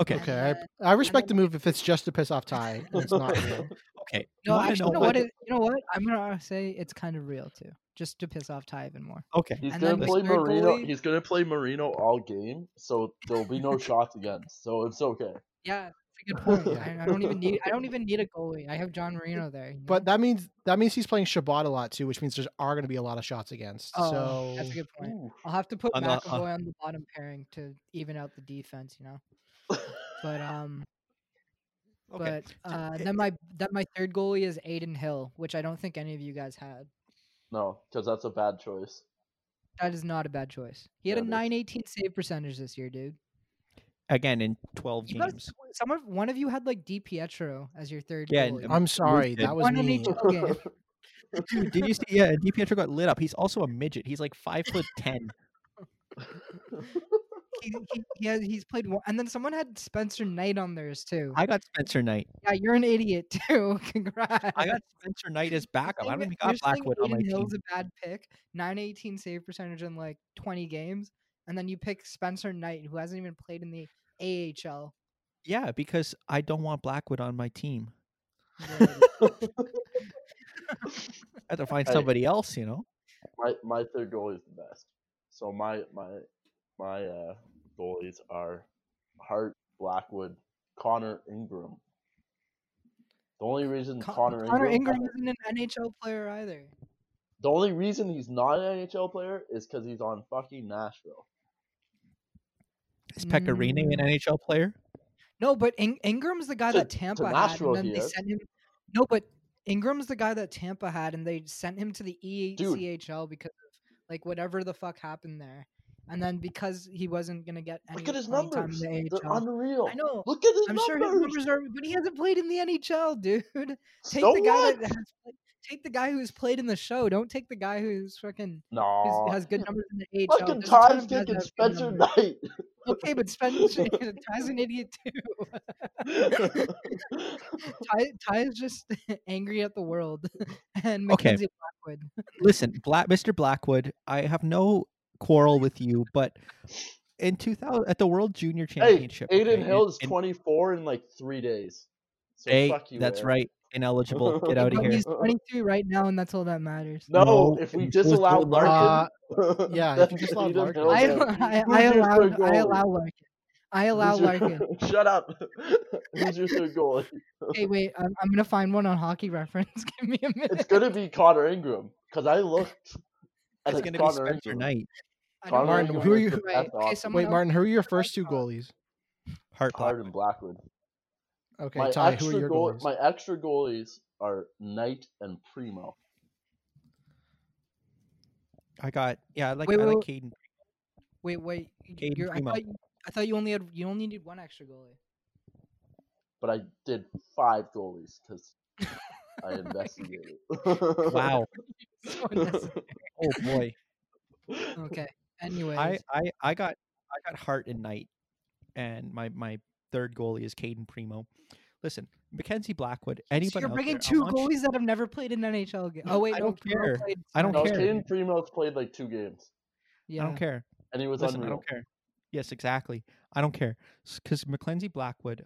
Okay, And Okay, I, then- I respect the then- move if it's just to piss off Ty. and It's not real. okay. No, Wanna actually, know you know what- what? It, you know what? I'm gonna uh, say it's kind of real too, just to piss off Ty even more. Okay, He's And gonna then play the third Marino. goalie- He's gonna play Marino all game, so there'll be no shots against. So it's okay. Yeah, it's a good point. I, I don't even need. I don't even need a goalie. I have John Marino there. you But know? that means that means he's playing Shabbat a lot too, which means there are going to be a lot of shots against. Oh, so that's a good point. Ooh. I'll have to put On the- on- McAvoy on the bottom pairing to even out the defense. You know, but um, okay. eh but uh, then my then my third goalie is Aiden Hill, which I don't think any of you guys had. No, because that's a bad choice. That is not a bad choice. He had That a is- 918 save percentage this year, dude. Again, in twelve You guys- games. some of one of you had like Di Pietro as your third Yeah, goalie. and- I'm sorry, Roofed. that was one in me. each whole game. Dude, did you see? Yeah, DiPietro got lit up. He's also a midget. He's like five foot ten. He, he, he has, he's played one, and then someone had Spencer Knight on theirs too. I got Spencer Knight. Yeah, you're an idiot too. Congrats. I got Spencer Knight as backup. I don't Saying that- even you're got saying Blackwood on my Aiden team. Hill's a bad pick. 918 save percentage in like 20 games, and then you pick Spencer Knight, who hasn't even played in the AHL. Yeah, because I don't want Blackwood on my team. You're an idiot. I have to find Hey. somebody else, you know. my my third goalie is the best. So my my my uh, goalies are Hart, Blackwood, Connor Ingram. The only reason Con- Connor, Connor Ingram, Ingram isn't an NHL player either. the only reason he's not an NHL player is because he's on fucking Nashville. Is Pecorino Mm. an NHL player? No, but In- Ingram's the guy To- that to Tampa had, Nashville and then he they is. sent him. No, but Ingram's the guy that Tampa had, and they sent him to the ECHL because of like whatever the fuck happened there, and then because he wasn't gonna get any Look at his playing time in numbers; the they're AHL. unreal. I know. Look at his I'm numbers. sure his numbers are, but he hasn't played in the NHL, dude. Take so the guy what? that has, played- take the guy who's played in the show. Don't take the guy who's fucking who's, no, has good numbers in the AHL. fucking There's a ton Ty's of guys kicking that have good Spencer numbers. Knight. Okay, but Spencer Ty's an idiot too. Ty, Ty is just angry at the world, and Okay. Mackenzie Blackwood. Listen, Black, Mr. Blackwood, I have no quarrel with you, but in 2000 at the World Junior hey, Championship, Aiden okay, Hill in- is in- 24 in like three days. So hey, fuck you. that's Aaron. right, ineligible. Get Hey, out of But here. he's 22 right now, and that's all that matters. No, No, if it we was- it was disallow Joe Larkin. Larkin, Uh, yeah, if that's you if disallow you didn't Larkin. know I, that. I, Who's I your allowed third I goalie? allow Larkin. I allow Who's your- Larkin. Shut up. Who's your third goalie? Hey, wait, I'm, I'm gonna find one on Hockey Reference. Give me a minute. It's gonna be Connor Ingram because I looked. and It's it's going to be Connor Spencer Ingram. Knight, I Connor don't know Martin, Ingram who are is you- the Right. best Okay, option. someone Wait, else- Martin, who are your first two goalies? Hart Hart Blackwood. and Blackwood. Okay, my Ty, who extra are your goal- goalies? my extra goalies are Knight and Primo. I got yeah, I like Wait, I wait, like wait. Caden. Wait, wait. y- Caden You're, I, Primo. thought, you- I thought you only had you only need one extra goalie. But I did five goalies because I Oh my investigated. Wow. So unnecessary. Oh boy. okay. Anyways, I, I I got I got Hart and Knight, and my my third goalie is Caden Primo. Listen, Mackenzie Blackwood. Anybody? so you're out bringing there, I two want you- goalies that have never played an NHL game. Oh wait, I no, don't Primo care. played I don't No, care. Caden Primo's played like two games, Yeah. I don't care. and he was Listen, I unreal. don't care. Yes, exactly. I don't care because Mackenzie Blackwood.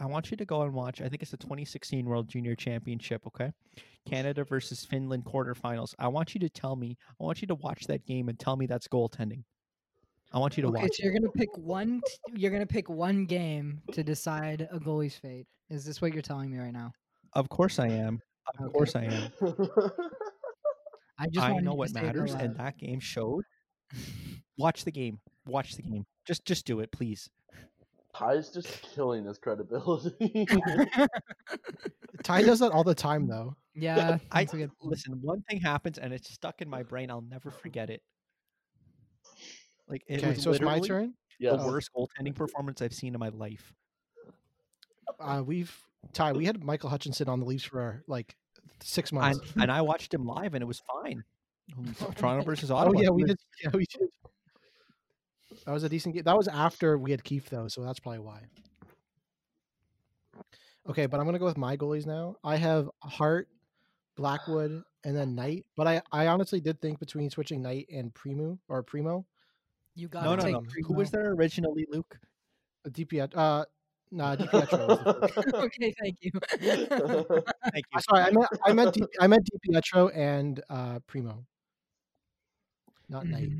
I want you to go and watch. I think it's the 2016 World Junior Championship. Okay, Canada versus Finland quarterfinals. I want you to tell me. I want you to watch that game and tell me that's goaltending. I want you to Okay, watch. so you're gonna pick one. t- You're gonna pick one game to decide a goalie's fate. Is this what you're telling me right now? Of course I am. Of Okay. course I am. I just I wanted know you to what say it out matters, and loud. that game showed. Watch the game. Watch the game. Just, just do it, please. Ty's just killing his credibility. Ty does that all the time though. yeah, I that's a good point. listen. One thing happens, and it's stuck in my brain. I'll never forget it. Like it okay, was so it's my literally turn. The yes. worst goaltending performance I've seen in my life. Uh, we've Ty. We had Michael Hutchinson on the Leafs for like six And, months. and I watched him live, and it was fine. Um, Oh Toronto my versus oh Ottawa. yeah, it we was- did. Yeah, we did. That was a decent game. That was after we had Keith though, so that's probably why. Okay, but I'm gonna go with my goalies now. I have Hart, Blackwood, and then Knight. But I, I honestly did think between switching Knight and Primo or Primo, You got No, to no, take no. Who was there originally, Luke? uh, DP, uh, nah, DiPietro. was the first. Primo. okay, thank you. Thank Uh, you. Sorry, I meant I meant Di, I meant DiPietro and uh, Primo, not Knight. Mhm. Mm-hmm,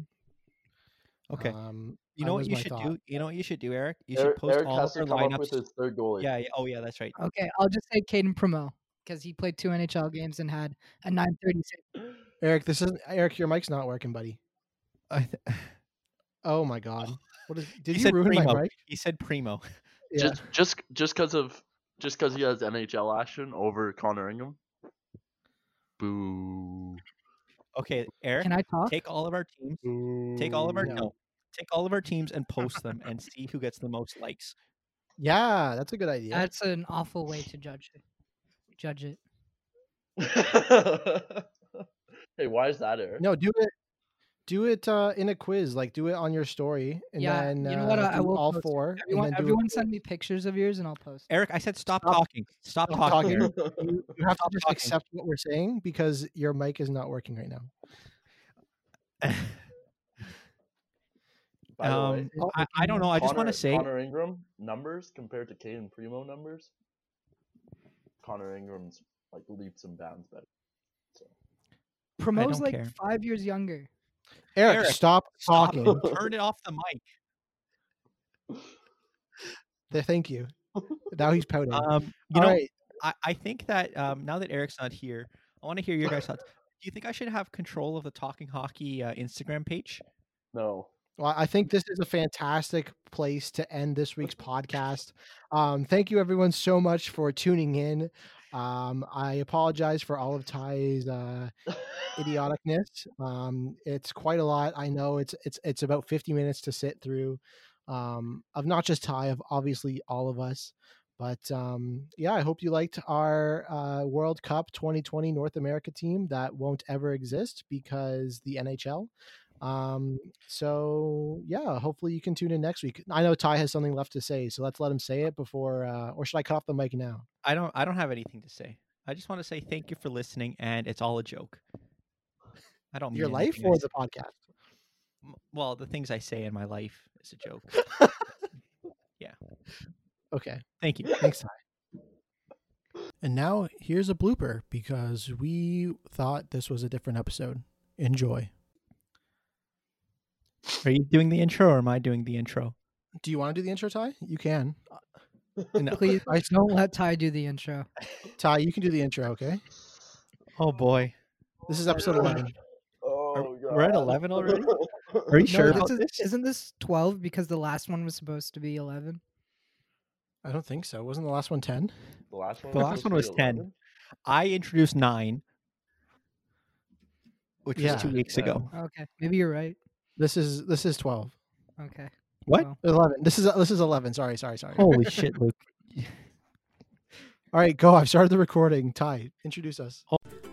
Okay. Um, You I know was what you my should thought. do? You know what you should do, Eric? You should Eric, post Eric all has of to our come up with lineups. his third goalie. Yeah. yeah, Oh yeah, that's right. Okay, I'll just say Caden Primo because he played two NHL games and had a 936. Eric, this isn't Eric. Your mic's not working, buddy. I th- Oh my god, what is? Did He you said ruin Primo. my mic? He said Primo. Yeah. Just just just because of just because he has NHL action over Connor Ingham. Boo. Okay, Eric. Can I talk? take all of our teams, take all of our No. no. take all of our teams and post them and see who gets the most likes. Yeah, that's a good idea. That's an awful way to judge it. Judge it. hey, why is that, Eric? no, do it. Do it uh, in a quiz, like do it on your story, and Yeah, then you know what, uh, I- I do will all post it. four. and Everyone, then do a everyone quiz. send me pictures of yours and I'll post. Eric, I said stop, Stop- talking. Stop, stop talking. talking. Eric. you, you have to Stop just talking. accept what we're saying because your mic is not working right now. By the um, way, Oh, I, I don't know. I just want Connor- to say Connor Ingram numbers compared to Caden Primo numbers. Connor Ingram's like leaps and bounds better. Promo's don't like care. five years younger. Eric, Eric, stop stop. talking. turn it off the mic. Th- Thank you. Now he's pouting. Um, you All know, right. I, I think that um, now that Eric's not here, I want to hear your guys' thoughts. Do you think I should have control of the Talking Hockey uh, Instagram page? No. Well, I think this is a fantastic place to end this week's podcast. Um, thank you, everyone, so much for tuning in. Um, I apologize for all of Ty's uh, idioticness. Um, it's quite a lot. I know it's it's it's about fifty minutes to sit through um, of not just Ty, of obviously all of us. But um, yeah, I hope you liked our uh, World Cup 2020 North America team that won't ever exist because the NHL. Um, so yeah, hopefully you can tune in next week. I know Ty has something left to say, so let's let him say it before, uh, or should I cut off the mic now? I don't. I don't have anything to say. I just want to say thank you for listening, and it's all a joke. I don't. Your mean life anything I or say. the podcast? M- well, the things I say in my life is a joke. Okay. Thank you. Thanks, Ty. And now here's a blooper because we thought this was a different episode. Enjoy. Are you doing the intro or am I doing the intro? Do you want to do the intro, Ty? You can. No. Please I- don't let Ty do the intro. Ty, you can do the intro, okay? Oh boy. This is episode 11. Oh, God. we're at 11 already? Are you sure this about is, this? Isn't this 12 because the last one was supposed to be 11? I don't think so. Wasn't the last one 10? the last one, The last supposed one to be was 10. 11? I introduced nine. which Yeah, was two weeks yeah. ago. Okay, maybe you're right. This is this is twelve. Okay. What? well, Eleven. This is this is eleven. Sorry, sorry, sorry. Holy shit, Luke. All right, go. I've started the recording. Ty, introduce us.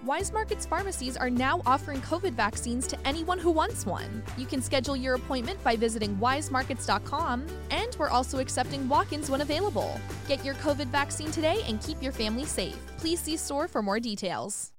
Wise Markets pharmacies are now offering COVID vaccines to anyone who wants one. You can schedule your appointment by visiting wisemarkets.com, and we're also accepting walk ins when available. Get your COVID vaccine today and keep your family safe. Please see store for more details.